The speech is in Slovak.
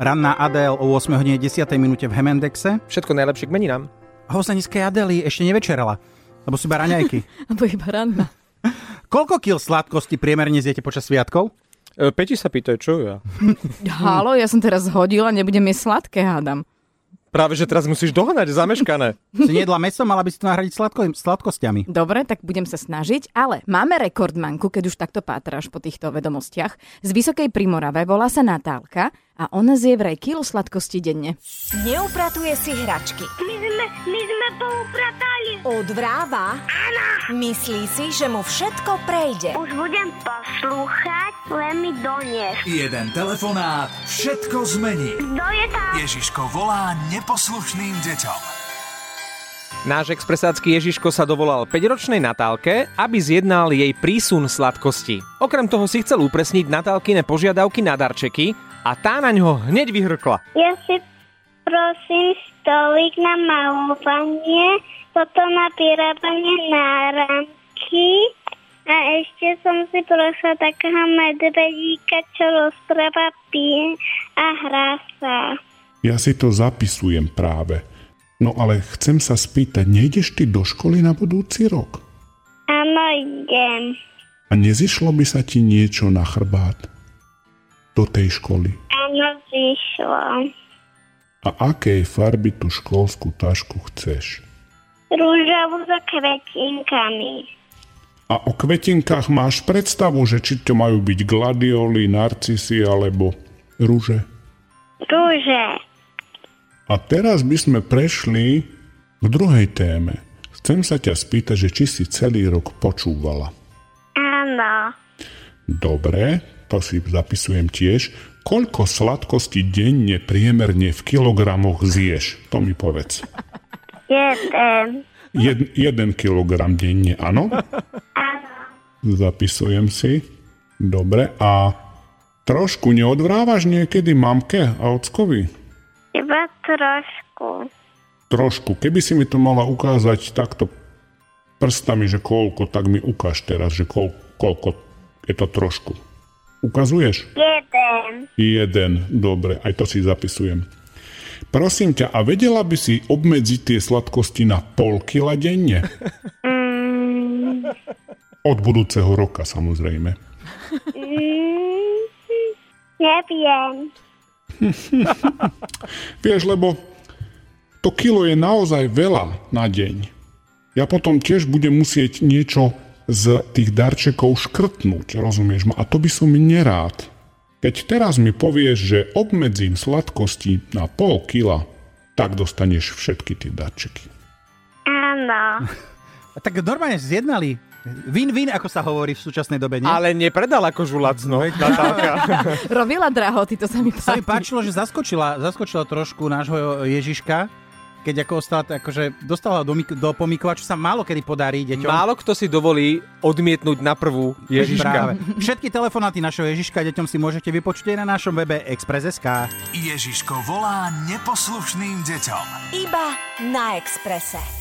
Ranná Adele o 8.10 minúte v Hemendexe. Všetko najlepšie k meninám. Hostanické Adely ešte nevečerala, lebo sú iba raňajky. Alebo iba ranná. Koľko kil sladkosti priemerne zjete počas sviatkov? E, Peti sa pýtaj, čo ja? Hm. Halo, ja som teraz hodila, nebudem jesť sladké, hádam. Práve, že teraz musíš dohnať zameškané. Si nejedla meso, mala by si to nahradiť sladko, sladkosťami. Dobre, tak budem sa snažiť, ale máme rekordmanku, keď už takto pátraš po týchto vedomostiach. Z Vysokej Primorave volá sa Natálka a ona zje vraj kilo sladkosti denne. Neupratuje si hračky. My sme, my sme poupratali. Odvráva. Áno. Myslí si, že mu všetko prejde. Už budem poslúchať, len mi donies. Jeden telefonát všetko zmení. Kto je tam? Ježiško volá neposlušným deťom. Náš expresácky Ježiško sa dovolal 5-ročnej Natálke, aby zjednal jej prísun sladkosti. Okrem toho si chcel upresniť Natálkine požiadavky na darčeky a tá na ňo hneď vyhrkla. Ja si prosím stolík na malovanie, potom na vyrábanie náramky a ešte som si prosila takého medvedíka, čo rozpráva pije a hrá sa. Ja si to zapisujem práve. No ale chcem sa spýtať, nejdeš ty do školy na budúci rok? Áno, idem. A nezišlo by sa ti niečo na chrbát? Do tej školy. Áno, zišlo. A akej farby tú školskú tašku chceš? Rúžovú so kvetinkami. A o kvetinkách máš predstavu, že či to majú byť gladioly, narcisy alebo rúže? Rúže. A teraz by sme prešli k druhej téme. Chcem sa ťa spýtať, že či si celý rok počúvala. Áno. Dobre, to si zapisujem tiež. Koľko sladkosti denne priemerne v kilogramoch zješ? To mi povedz. Jeden. Jed, jeden kilogram denne, áno? Áno. Zapisujem si. Dobre, a trošku neodvrávaš niekedy mamke a ockovi? Iba trošku. Trošku. Keby si mi to mala ukázať takto prstami, že koľko, tak mi ukáž teraz, že koľ, koľko je to trošku. Ukazuješ? Jeden. Jeden, dobre, aj to si zapisujem. Prosím ťa, a vedela by si obmedziť tie sladkosti na pol kila denne? Mm, Od budúceho roka samozrejme. mm, neviem. Vieš, lebo to kilo je naozaj veľa na deň. Ja potom tiež budem musieť niečo z tých darčekov škrtnúť, rozumieš ma? A to by som nerád. Keď teraz mi povieš, že obmedzím sladkosti na pol kila, tak dostaneš všetky tie darčeky. Áno. A tak normálne zjednali. Win-win, ako sa hovorí v súčasnej dobe, nie? Ale nepredala kožu lacno, Natálka. Robila drahoty, to sa mi Sa mi páči. páčilo, že zaskočila, zaskočila trošku nášho Ježiška, keď ako ostala, akože dostala do, mik- do pomikova, čo sa málo kedy podarí deťom. Málo kto si dovolí odmietnúť na prvú Práve. Ježiška. Všetky telefonáty našeho Ježiška deťom si môžete vypočuť aj na našom webe Express.sk. Ježiško volá neposlušným deťom. Iba na Exprese.